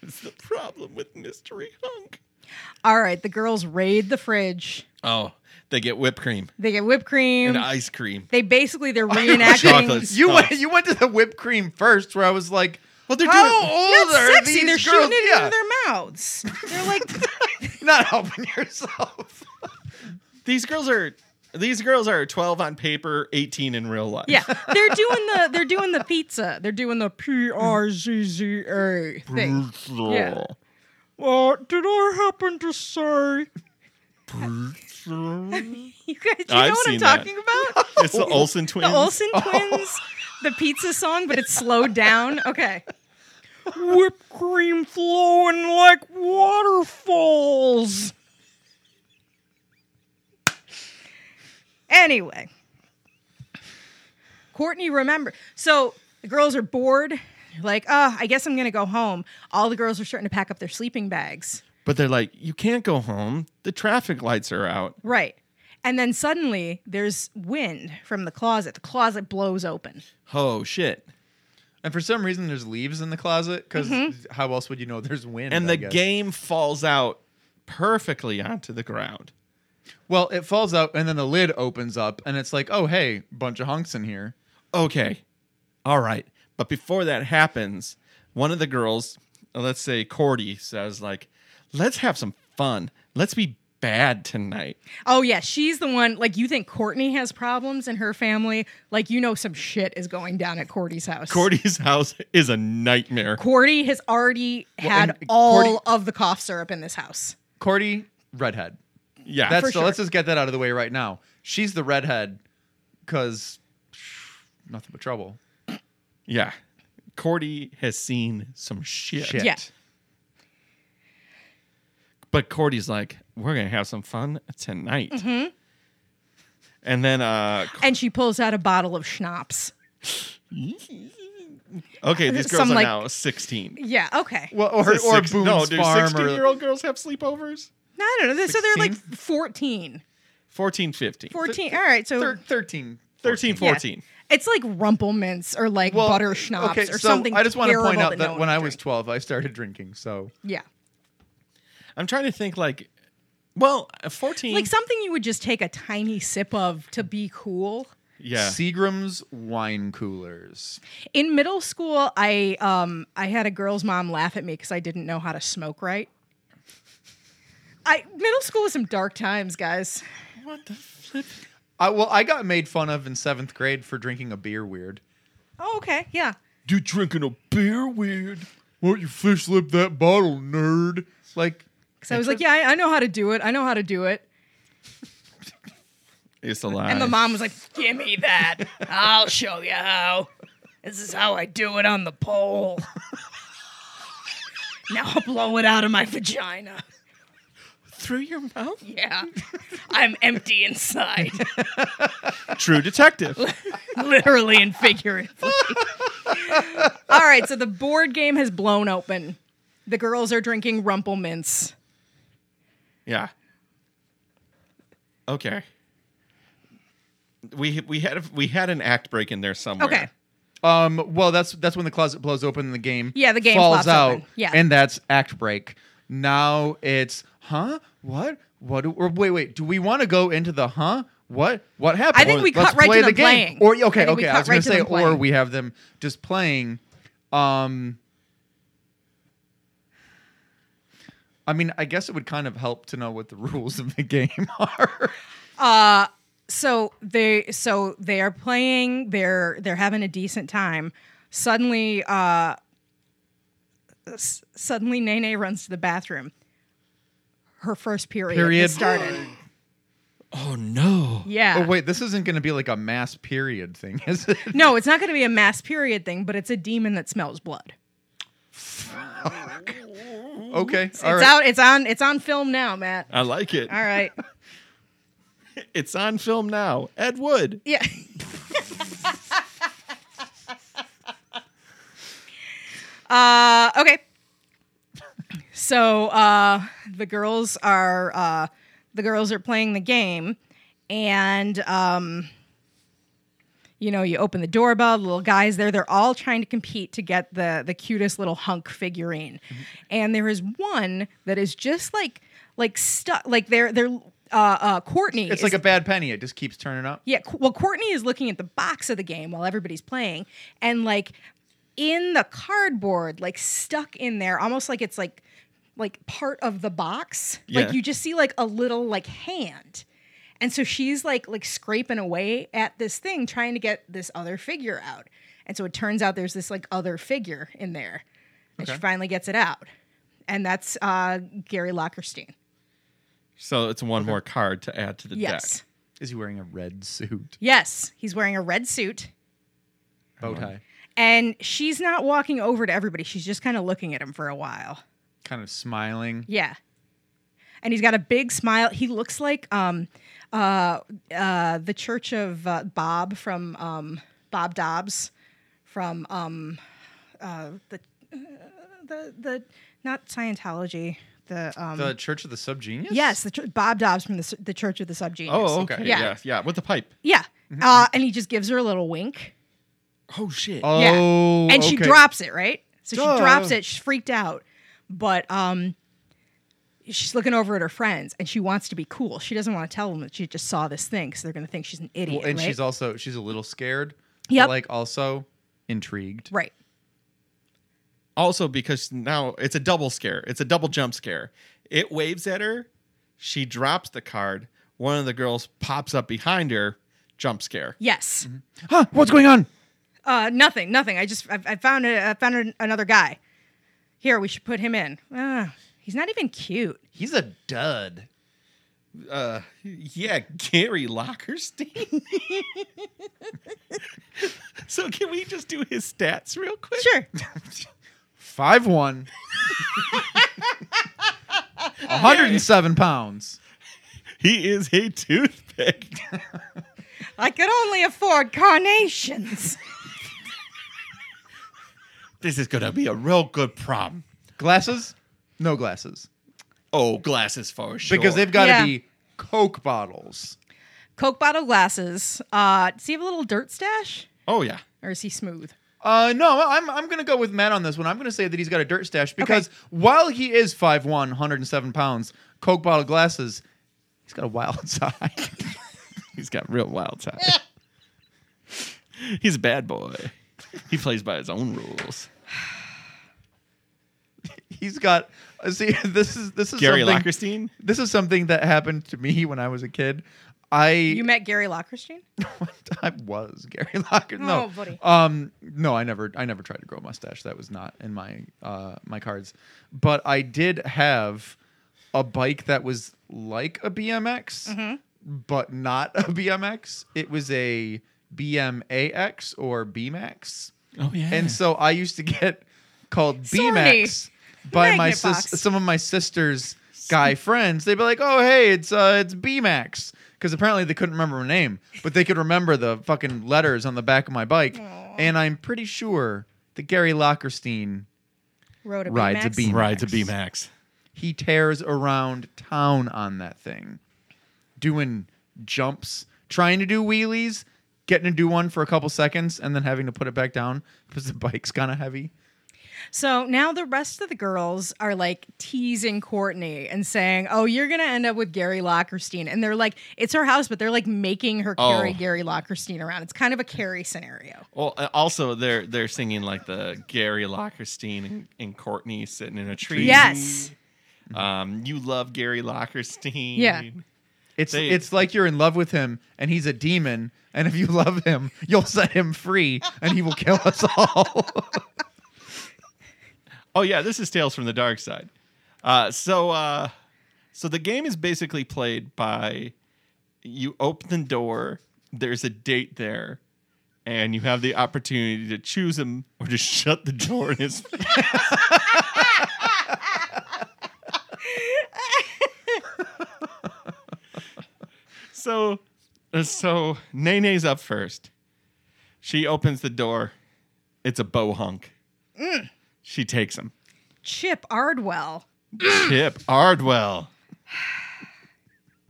S2: That's the problem with Mystery Hunk.
S3: All right, the girls raid the fridge.
S2: Oh, they get whipped cream
S3: They get whipped cream.
S2: and ice cream.
S3: they basically they're reenacting.
S2: Chocolate.
S4: you went you went to the whipped cream first, where I was like,
S2: Well, they're
S4: how
S2: doing.
S4: old
S3: Not
S4: are
S3: sexy.
S4: these
S3: they're
S4: girls?
S3: shooting it
S4: yeah,
S3: into their mouths. They're like,
S4: not helping yourself.
S2: These girls are. These girls are 12 on paper, 18 in real life.
S3: yeah, they're doing the they're doing the pizza. They're doing the P R Z Z A thing.
S2: Pizza.
S3: Yeah. Uh, did I happen to say?
S2: Pizza.
S3: You guys, you
S2: I've
S3: know what I'm
S2: seen that.
S3: talking about?
S2: It's the Olsen twins.
S3: The Olsen twins, Oh. the pizza song, but it's slowed down. Okay. Whipped cream flowing like waterfalls. Anyway, Courtney, remember. So the girls are bored. Like, oh, I guess I'm going to go home. All the girls are starting to pack up their sleeping bags.
S2: But they're like, you can't go home. The traffic lights are out.
S3: Right. And then suddenly there's wind from the closet. The closet blows open.
S2: Oh, shit.
S4: And for some reason, there's leaves in the closet because how else would you know there's wind?
S2: And the
S4: I guess.
S2: game falls out perfectly onto the ground.
S4: Well, it falls out, and then the lid opens up, and it's like, oh hey, bunch of hunks in here.
S2: okay, all right. But before that happens, one of the girls, uh, let's say Cordy, says like, "Let's have some fun. Let's be bad tonight."
S3: Oh yeah, she's the one. Like you think Courtney has problems in her family? Like you know some shit is going down at Courtney's house.
S2: Cordy's house is a nightmare.
S3: Cordy has already had
S4: and
S3: all
S4: Cordy-
S3: of the cough syrup in this house.
S4: Cordy, redhead.
S2: Yeah,
S4: That's
S3: For
S4: so.
S3: sure.
S4: Let's just get that out of the way right now. She's the redhead, because nothing but trouble.
S2: yeah. Cordy has seen some shit.
S4: Shit.
S3: Yeah.
S2: But Cordy's like, "We're gonna have some fun tonight." And then, uh,
S3: And she pulls out a bottle of schnapps.
S2: okay, these girls
S3: Some,
S2: are
S3: like-
S2: now sixteen.
S3: Yeah, okay.
S4: Well, or
S2: Is it
S4: or
S2: six-
S4: Boone's
S2: no, do
S4: farm, or-
S2: sixteen-year-old girls have sleepovers?
S3: No, I don't know. So they're like
S4: 16?
S3: 14.
S2: 14, 15.
S3: 14. All right, so
S4: Thir- 13.
S2: 13,
S3: yeah.
S2: 14.
S3: It's like rumplements or like butter schnapps
S4: okay,
S3: or
S4: so
S3: something.
S4: I just want to
S3: terrible
S4: point out
S3: no
S4: that
S3: one
S4: when
S3: would
S4: I was
S3: drink.
S4: 12, I started drinking. So
S3: yeah.
S2: I'm trying to think like, well, a 14.
S3: Like something you would just take a tiny sip of to be cool.
S2: yeah.
S4: Seagram's wine coolers.
S3: In middle school, I um I had a girl's mom laugh at me because I didn't know how to smoke right. I middle school was some dark times, guys.
S2: What the flip?
S4: I, well, I got made fun of in seventh grade for drinking a beer weird.
S3: Oh, okay, yeah.
S4: You drinking a beer weird? Won't you fish lip that bottle, nerd? Like,
S3: Because I was like, yeah, I, I know how to do it. I know how to do it.
S2: It's a lie.
S3: And the mom was like, give me that. I'll show you how. This is how I do it on the pole. now I'll blow it out of my vagina.
S2: Through your mouth?
S3: Yeah, I'm empty inside,
S2: True detective.
S3: literally and figuratively. All right, so the board game has blown open. The girls are drinking Rumple Mints.
S2: yeah. Okay. we we had we had an act break in there somewhere.
S3: Okay.
S4: Um, well, that's that's when the closet blows open and the game.
S3: Yeah, the game
S4: falls
S3: flops
S4: out.
S3: open. Yeah.
S4: and that's act break. Now it's huh? What? What? Do, or wait, wait. Do we want to go into the huh? What? What happened?
S3: I think
S4: Or
S3: we cut
S4: let's
S3: right
S4: play
S3: to
S4: the
S3: them
S4: game.
S3: playing.
S4: Or
S3: I
S4: okay,
S3: think we
S4: okay. I
S3: cut
S4: was gonna
S3: right to
S4: say,
S3: them
S4: or
S3: playing.
S4: we have them just playing. Um. I mean, I guess it would kind of help to know what the rules of the game are.
S3: so they so they are playing they're they're having a decent time suddenly uh s- suddenly nene runs to the bathroom her first period,
S4: Period.
S3: has started
S2: Oh no.
S3: yeah
S4: oh wait, this isn't going to be like a mass period thing, is it?
S3: no it's not going to be a mass period thing but it's a demon that smells blood
S4: Okay,
S3: it's,
S4: all right.
S3: it's out it's on it's on film now matt
S2: I like it.
S3: all right
S2: It's on film now. Ed Wood.
S3: yeah uh okay so uh the girls are uh the girls are playing the game and um you know you open the doorbell the little guys there they're all trying to compete to get the the cutest little hunk figurine
S4: Mm-hmm.
S3: and there is one that is just like like stuck like they're they're uh uh courtney
S4: It's
S3: is
S4: like a bad penny. It just keeps turning up.
S3: yeah, Qu- well, Courtney is looking at the box of the game while everybody's playing, and like in the cardboard, like stuck in there, almost like it's like like part of the box.
S2: Yeah.
S3: Like you just see like a little like hand. And so she's like like scraping away at this thing trying to get this other figure out. And so it turns out there's this like other figure in there. And she
S4: Okay.
S3: finally gets it out. And that's uh Gary Lockerstein.
S2: So it's one more card to add to the
S3: Yes.
S2: deck.
S4: Is he wearing a red suit?
S3: Yes, he's wearing a red suit.
S4: Bow tie.
S3: And she's not walking over to everybody. She's just kind of looking at him for a while.
S4: Kind of smiling.
S3: Yeah. And he's got a big smile. He looks like um uh uh the church of uh, Bob from um Bob Dobbs from um uh the uh, the the not Scientology, the um
S4: The Church of the Subgenius?
S3: yes, the chur Bob Dobbs from the s- the Church of the Subgenius.
S2: Oh, okay.
S4: Okay.
S2: Yeah.
S3: Yeah.
S2: yeah. With the pipe.
S3: Yeah. Uh and he just gives her a little wink.
S2: Oh shit.
S4: Oh,
S3: Yeah. and she
S4: okay.
S3: drops it, right? So
S4: Duh.
S3: she drops it. She's freaked out, but um, she's looking over at her friends, and she wants to be cool. She doesn't want to tell them that she just saw this thing, so they're going to think she's an idiot.
S4: Well, and
S3: right?
S4: she's also, she's a little scared. but,
S3: Yep.
S4: Like also intrigued.
S3: right.
S2: Also because now it's a double scare. It's a double jump scare. It waves at her. She drops the card. One of the girls pops up behind her. Jump scare.
S3: Yes.
S4: Mm-hmm. Huh, what's going on?
S3: Uh, nothing. Nothing. I just I, I found a, I found an- another guy. Here, we should put him in. Uh, he's not even cute.
S4: He's a dud.
S2: Uh, yeah, Gary Lockerstein. so can we just do his stats real quick?
S3: Sure.
S4: 5'1. 107 pounds.
S2: He is a toothpick.
S3: I could only afford carnations.
S2: this is gonna be a real good problem.
S4: Glasses? No glasses.
S2: Oh, glasses for sure.
S4: Because they've got to
S3: Yeah.
S4: be Coke bottles.
S3: Coke bottle glasses. Uh, does he have a little dirt stash,
S2: Oh yeah.
S3: or is he smooth?
S4: Uh, no, I'm, I'm going to go with Matt on this one. I'm going to say that he's got a dirt stash because while he is 5'1, 107 pounds, Coke bottle glasses, he's got a wild side.
S2: He's got real wild side. He's a bad boy. He plays by his own rules.
S4: he's got, uh, see, this is, this is
S2: Gary
S4: something,
S2: Lockerstein?
S4: This is something that happened to me when I was a kid. I,
S3: You met Gary Lockerstein?
S4: I was Gary Locker. No,
S3: Oh, buddy.
S4: Um, no, I never, I never tried to grow a mustache. That was not in my, uh, my cards. But I did have a bike that was like a BMX,
S3: Mm-hmm.
S4: but not a BMX. It was a BMAX or BMAX,
S2: Oh yeah.
S4: and so I used to get called
S3: Sorry.
S4: BMAX by my
S3: Magnet box.
S4: sis- some of my sisters' guy friends. They'd be like, "Oh, hey, it's uh, it's BMAX." Because apparently they couldn't remember her name, but they could remember the fucking letters on the back of my bike. And I'm pretty sure that Gary Lockerstein
S3: Rode a
S4: rides a
S3: Baymax?
S4: beam.
S2: rides a B Max.
S4: he tears around town on that thing, doing jumps, trying to do wheelies, getting to do one for a couple seconds, and then having to put it back down because the bike's kind of heavy.
S3: So now the rest of the girls are like teasing Courtney and saying, "Oh, you're gonna end up with Gary Lockerstein," and they're like, "It's her house," but they're like making her
S2: Oh.
S3: carry Gary Lockerstein around. It's kind of a carry scenario.
S2: Well, uh, also they're they're singing like the Gary Lockerstein and, and Courtney sitting in a tree.
S3: Yes.
S2: Um, you love Gary Lockerstein.
S3: Yeah.
S4: It's
S2: They-
S4: it's like you're in love with him, and he's a demon. And if you love him, you'll set him free, and he will kill us all.
S2: Oh yeah, this is Tales from the Dark Side. Uh, so uh, so the game is basically played by you open the door, there's a date there, and you have the opportunity to choose him or to shut the door in his face. so uh, so Nene's up first. She opens the door. It's a bohunk. She takes him.
S3: Chip Ardwell.
S2: Chip Ardwell.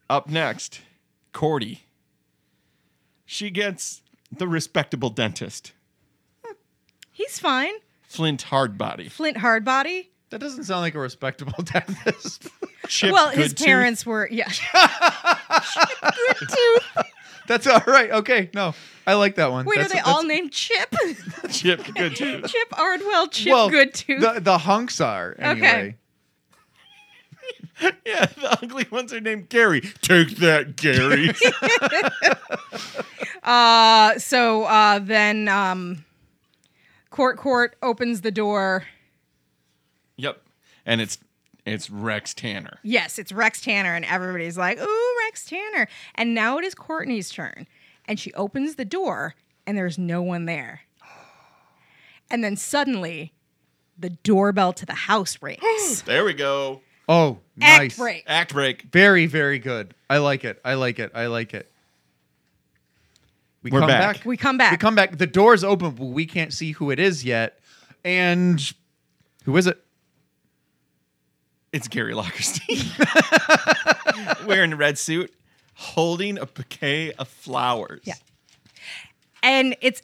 S2: Up next, Cordy. She gets the respectable dentist,
S3: He's fine.
S2: Flint Hardbody.
S3: Flint Hardbody.
S4: that doesn't sound like a respectable dentist.
S2: Chip
S3: well, his
S2: Goodtooth.
S3: parents were yeah. Good tooth.
S4: That's all right. Okay, no, I like that one.
S3: Wait,
S4: That's-
S3: are they
S4: that's-
S3: all named Chip?
S2: Chip Goodtooth.
S3: Chip Ardwell, Chip
S4: well,
S3: Goodtooth.
S4: The the hunks are anyway.
S2: yeah, the ugly ones are named Gary. Take that, Gary.
S3: Uh, so uh, then um, Court Court opens the door.
S2: yep. And it's it's Rex Tanner.
S3: Yes, it's Rex Tanner, and everybody's like, "Ooh, Rex Tanner!" And now it is Courtney's turn, and she opens the door, and there's no one there. And then suddenly, the doorbell to the house rings.
S2: There we go.
S4: Oh, nice.
S3: Act break.
S2: Act break.
S4: Very very good. I like it. I like it. I like it. We
S2: We're
S4: come
S2: back.
S3: We come back.
S4: We come back. The door's open, but we can't see who it is yet. And who is it?
S2: It's Gary Lockerstein. Wearing a red suit, holding a bouquet of flowers.
S3: Yeah. and it's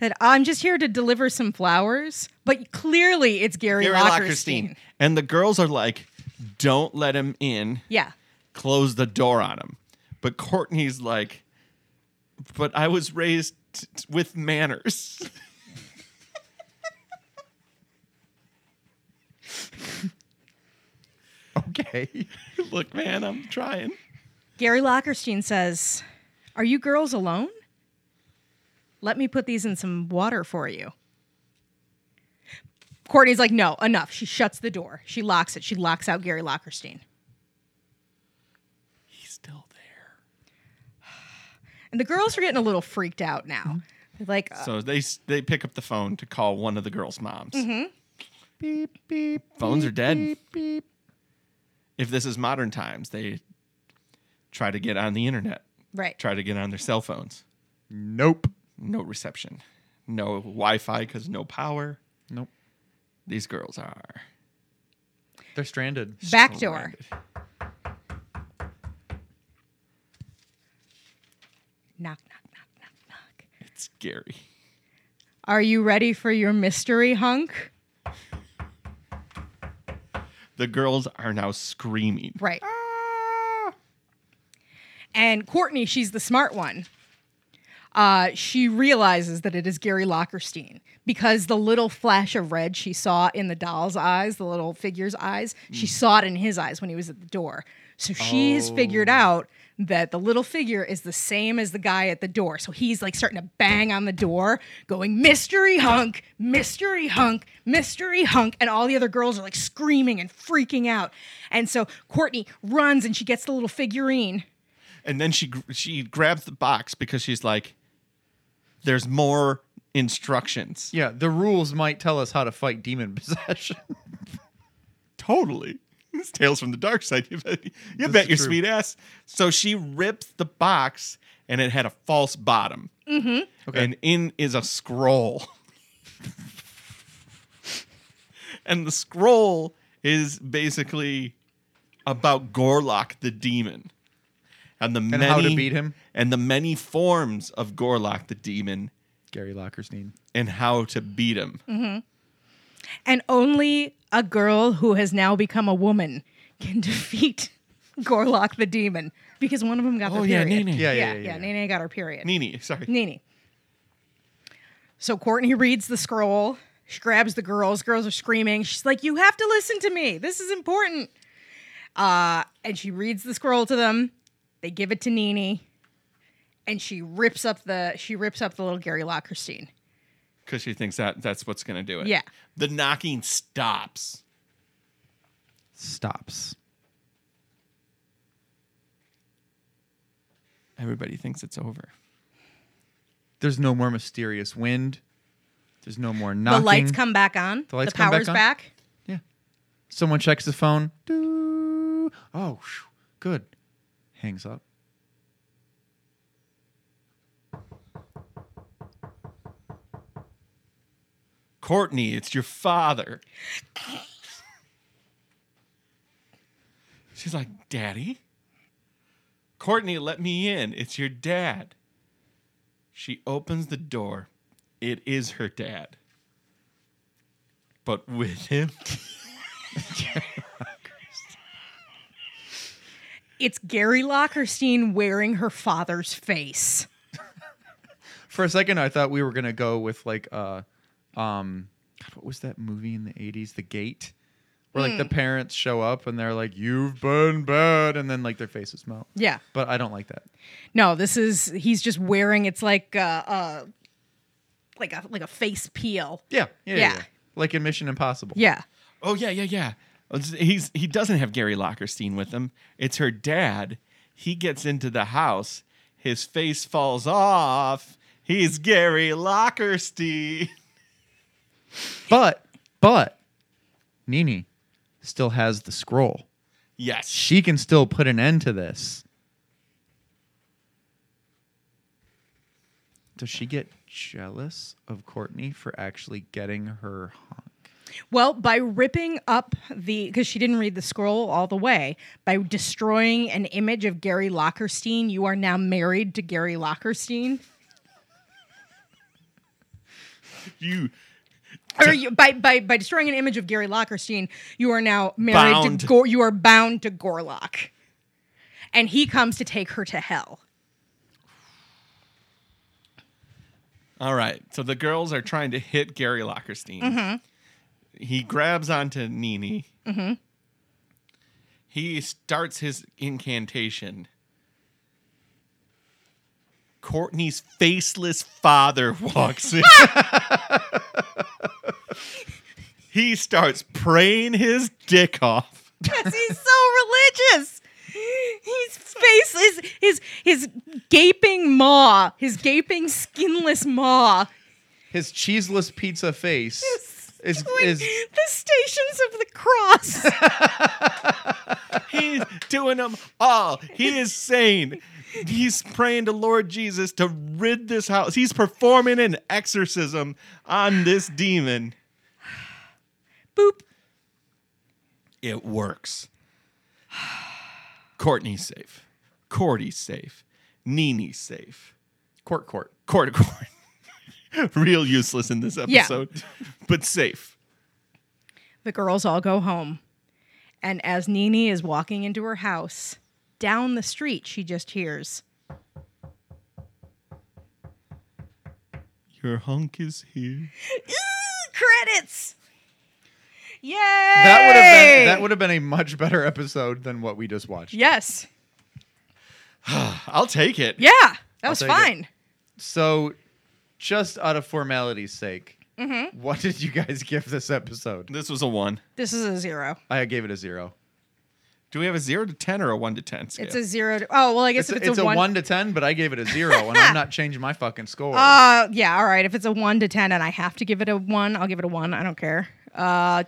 S3: said, "I'm just here to deliver some flowers," but clearly it's Gary,
S2: Gary
S3: Lockerstein.
S2: Lockerstein. And the girls are like, don't let him in.
S3: Yeah.
S2: Close the door on him. But Courtney's like, but I was raised t- t- with manners.
S4: Okay.
S2: Look, man, I'm trying.
S3: Gary Lockerstein says, Are you girls alone? Let me put these in some water for you. Courtney's like, No, enough. She shuts the door. She locks it. She locks out Gary Lockerstein.
S2: He's still there.
S3: And the girls are getting a little freaked out now. They're like, uh,
S2: Mm-hmm. So they s- they pick up the phone to call one of the girls' moms.
S4: Beep beep.
S2: Phones are dead.
S4: Beep beep.
S2: If this is modern times, they try to get on the internet,
S3: Right.
S2: try to get on their cell phones.
S4: Nope.
S2: No reception, no Wi Fi because no power.
S4: Nope.
S2: These girls are.
S4: They're stranded. Oh,
S3: Back door. Knock, knock, knock, knock, knock.
S2: It's Gary.
S3: Are you ready for your mystery hunk?
S2: The girls are now screaming.
S3: Right.
S2: Ah!
S3: And Courtney, she's the smart one. Uh, she realizes that it is Gary Lockerstein because the little flash of red she saw in the doll's eyes, the little figure's eyes, she saw it in his eyes when he was at the door. So she has figured out that the little figure is the same as the guy at the door. So he's like starting to bang on the door, going, Mystery hunk, mystery hunk, mystery hunk. And all the other girls are like screaming and freaking out. And so Courtney runs and she gets the little figurine.
S2: And then she gr- she grabs the box because she's like, "There's more instructions."
S4: Yeah, the rules might tell us how to fight demon possession.
S2: totally. It's tales from the dark side. You bet, you
S4: This
S2: bet
S4: is
S2: your
S4: true.
S2: sweet ass. So she rips the box, and it had a false bottom. Mm-hmm.
S4: Okay.
S2: And in is a scroll. and the scroll is basically about Gorlock the demon, and the
S4: And how to beat him.
S2: and the many forms of Gorlock the demon
S4: Gary Lockerstein.
S2: and how to beat him.
S4: Mm-hmm.
S3: And only a girl who has now become a woman can defeat Gorlock the demon because one of them got
S2: Oh,
S3: their
S2: yeah,
S3: period.
S2: Nene.
S4: Yeah,
S3: Yeah,
S4: yeah, yeah. yeah.
S3: Nene got her period.
S2: Nini, sorry.
S3: Nene. So Courtney reads the scroll. She grabs the girls. Girls are screaming. She's like, You have to listen to me. This is important. Uh, and she reads the scroll to them. They give it to Nene. And she rips up the she rips up the little Gary Lockerstein.
S2: Because she thinks that that's what's going to do it.
S3: Yeah.
S2: The knocking stops.
S4: Stops.
S2: Everybody thinks it's over.
S4: There's no more mysterious wind. There's no more
S3: The
S4: knocking.
S3: lights come back on. The,
S4: lights come back
S3: power's
S4: on?
S3: back.
S4: Yeah. Someone checks the phone. Doo. Oh, phew. good. Hangs up.
S2: Courtney, it's your father. She's like, Daddy? Courtney, let me in. It's your dad. She opens the door. It is her dad. But with him,
S3: It's Gary Lockerstein wearing her father's face.
S4: For a second, I thought we were gonna go with like, uh, um, God, what was that movie in the '80s, The Gate, where like the
S3: Hmm.
S4: parents show up and they're like, "You've been bad," and then like their faces melt.
S3: Yeah.
S4: But I don't like that.
S3: No, this is he's just wearing it's like uh uh like a like a face peel.
S4: Yeah, yeah,
S3: Yeah.
S4: yeah. yeah. Like in Mission Impossible.
S3: Yeah.
S2: oh, yeah, yeah, yeah. He's, he doesn't have Gary Lockerstein with him. It's her dad. He gets into the house. His face falls off. He's Gary Lockerstein.
S4: But but Nini still has the scroll.
S2: Yes.
S4: She can still put an end to this. Does she get jealous of Courtney for actually getting her honk?
S3: Well, by ripping up the because she didn't read the scroll all the way, by destroying an image of Gary Lockerstein, you are now married to Gary Lockerstein.
S2: you
S3: Or you, by, by by destroying an image of Gary Lockerstein, you are now married
S2: Bound.
S3: to Gor you are bound to Gorlock. And he comes to take her to hell.
S2: all right so the girls are trying to hit gary lockerstein he grabs onto nini he starts his incantation courtney's faceless father walks in he starts praying his dick off
S3: Because he's so religious. His face is his his gaping maw, his gaping skinless maw.
S4: His cheeseless pizza face is
S3: Like
S4: is
S3: the stations of the cross.
S2: he's doing them all he is sane he's praying to lord jesus to rid this house he's performing an exorcism on this demon
S3: Boop.
S2: it works. Courtney's safe. Cordy's safe. Nini's safe.
S4: court court.
S2: Court Court. Real useless in this
S3: Yeah.
S2: episode, but safe.
S3: The girls all go home. And as Nini is walking into her house, down the street she just hears.
S2: Your hunk is here.
S3: "Ooh, credits. Yay!
S4: That would have been that would have been a much better episode than what we just watched.
S3: Yes.
S2: I'll take it.
S3: Yeah. That was
S4: take it.
S3: fine.
S4: So just out of formality's sake, what did you guys give this episode?
S2: This was a one.
S3: This is a zero.
S4: I gave it a zero.
S2: Do we have a zero to ten or a one to ten scale?
S3: It's a zero. To, oh well, I guess
S4: It's,
S3: if it's,
S4: it's
S3: a,
S4: a,
S3: one,
S4: one to ten, but I gave it a zero, and I'm not changing my fucking score.
S3: Uh, yeah, all right. If it's a one to ten, and I have to give it a one, I'll give it a one. I don't care. Uh,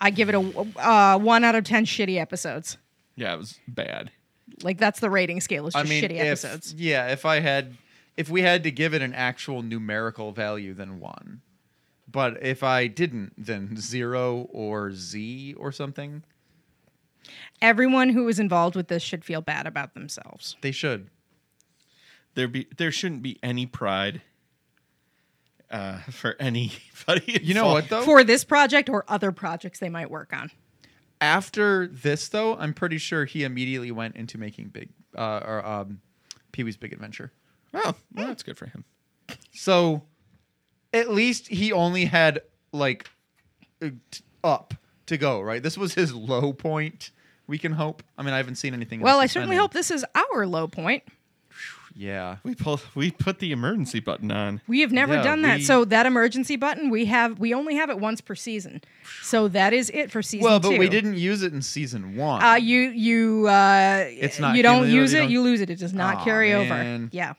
S3: I give it a uh, one out of ten shitty episodes.
S2: yeah, it was bad.
S3: Like that's the rating scale. It's
S4: I
S3: just
S4: mean,
S3: shitty
S4: if,
S3: episodes.
S4: yeah, if I had, if we had to give it an actual numerical value, then one. But if I didn't, then zero or Z or something.
S3: Everyone who was involved with this should feel bad about themselves.
S4: They should.
S2: There be there shouldn't be any pride uh, for anybody.
S4: You know what
S2: involved.
S4: though?
S3: for this project or other projects they might work on.
S4: After this though, I'm pretty sure he immediately went into making big uh, or um, Pee Wee's Big Adventure.
S2: Oh, well, that's good for him.
S4: So at least he only had like uh, t- up to go, right? This was his low point. We can hope. I mean, I haven't seen anything.
S3: Well, I
S4: else since
S3: certainly
S4: then.
S3: hope this is our low point.
S4: Yeah.
S2: We pull we put the emergency button on.
S3: We have never
S4: Yeah,
S3: done that.
S4: we-
S3: So that emergency button we have we only have it once per season. So that is it for season
S4: Well, but
S3: two.
S4: we didn't use it in season one.
S3: uh you you uh
S4: It's not
S3: you don't
S4: cumulative,
S3: use
S4: you
S3: it,
S4: don't-
S3: you lose it. It does not
S4: Aw,
S3: carry over.
S4: man.
S3: Yeah.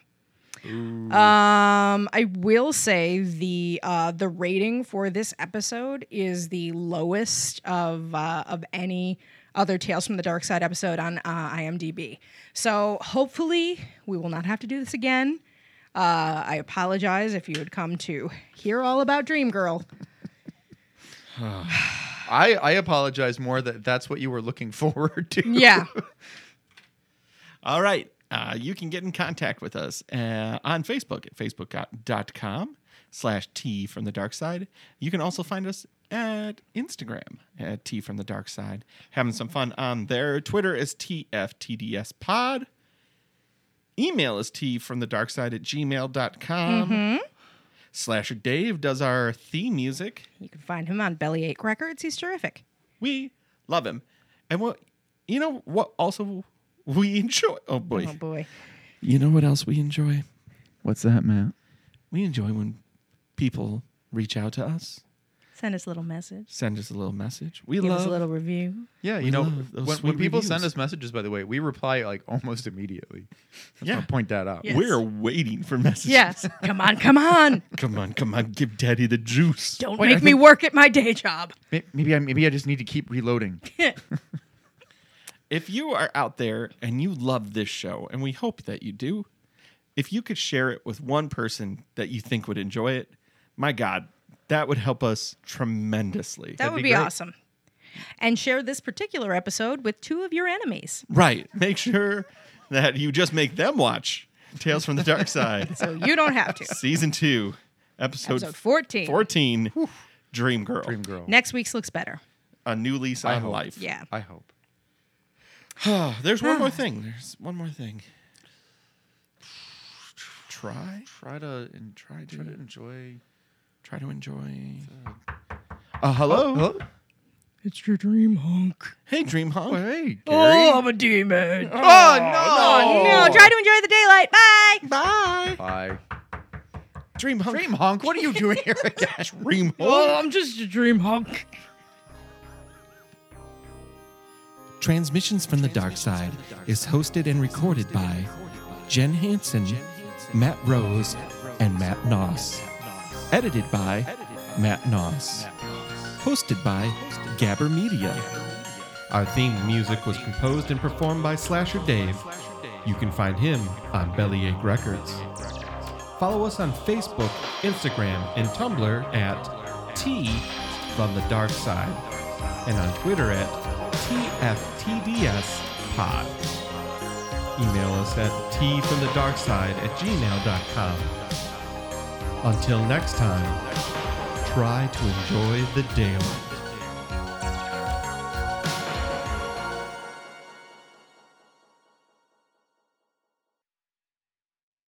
S3: Um I will say the uh the rating for this episode is the lowest of uh of any other Tales from the Dark Side episode on uh, IMDb. So hopefully we will not have to do this again. Uh, I apologize if you had come to hear all about Dream Girl.
S4: I I apologize more that that's what you were looking forward to.
S3: Yeah.
S2: All right. Uh, you can get in contact with us uh, on Facebook at facebook.com slash T from the dark side. You can also find us at Instagram at T from the dark side. Having some fun on there. Twitter is TFTDS pod. Email is T from the dark side at gmail.com. Slasher Dave does our theme music.
S3: you can find him on Bellyache Records. He's terrific.
S2: We love him. And what, you know, what also we enjoy? Oh boy.
S3: Oh boy.
S2: You know what else we enjoy?
S4: What's that, Matt?
S2: we enjoy when people reach out to us,
S3: Send us a little message.
S2: send us a little message. We
S3: Give
S2: love
S3: us a little review.
S4: Yeah, you
S2: We
S4: know,
S2: love
S4: when,
S2: those
S4: when
S2: sweet
S4: people send
S2: reviews.
S4: us messages, by the way, we reply like almost immediately. Let's
S2: Yeah.
S4: not point that out.
S3: Yeah.
S2: We're waiting for messages.
S3: Yes. come on, come on.
S2: Come on, come on, give daddy the juice.
S3: Don't
S4: Wait,
S3: make
S4: I
S3: me
S4: think-
S3: work at my day job.
S4: May- Maybe I maybe I just need to keep reloading.
S2: If you are out there and you love this show, and we hope that you do, if you could share it with one person that you think would enjoy it, my God, that would help us tremendously.
S3: That would
S4: be
S3: be,
S4: great.
S3: awesome. And share this particular episode with two of your enemies.
S2: right. Make sure that you just make them watch Tales from the Dark Side,
S3: So you don't have to.
S2: Season 2, Episode,
S3: Episode 14.
S2: 14 Dream Girl.
S4: Dream girl.
S3: Next week's looks better.
S2: a new lease
S4: I
S2: on
S4: hope.
S2: life.
S3: Yeah.
S4: I hope.
S2: Oh, there's one more thing. There's one more thing. Try,
S4: Try to and try try to enjoy.
S2: try to enjoy. Uh, hello?
S4: Hello?
S3: It's your dream hunk.
S2: Hey, Dream Hunk.
S4: Hey, Gary.
S3: Oh, I'm a demon.
S4: Oh, no,
S3: No, try to enjoy the
S2: Bye.
S3: daylight. Bye.
S4: Bye.
S2: Dream Hunk.
S4: Dream honk. What are you doing here again?
S2: Dream
S3: Oh, I'm just a dream hunk.
S1: Transmissions from the Dark Side is hosted and recorded by Jen Hansen, Matt Rose, and Matt Noss.
S2: Edited by Matt Noss. Hosted by Gabber Media.
S1: Our theme music was composed and performed by Slasher Dave. You can find him on Bellyache Records. Follow us on Facebook, Instagram, and Tumblr at T from the Dark Side, and on Twitter at TFTDS Pod. Email us at T from the Dark Side at gmail.com. Until next time, try to enjoy the daylight.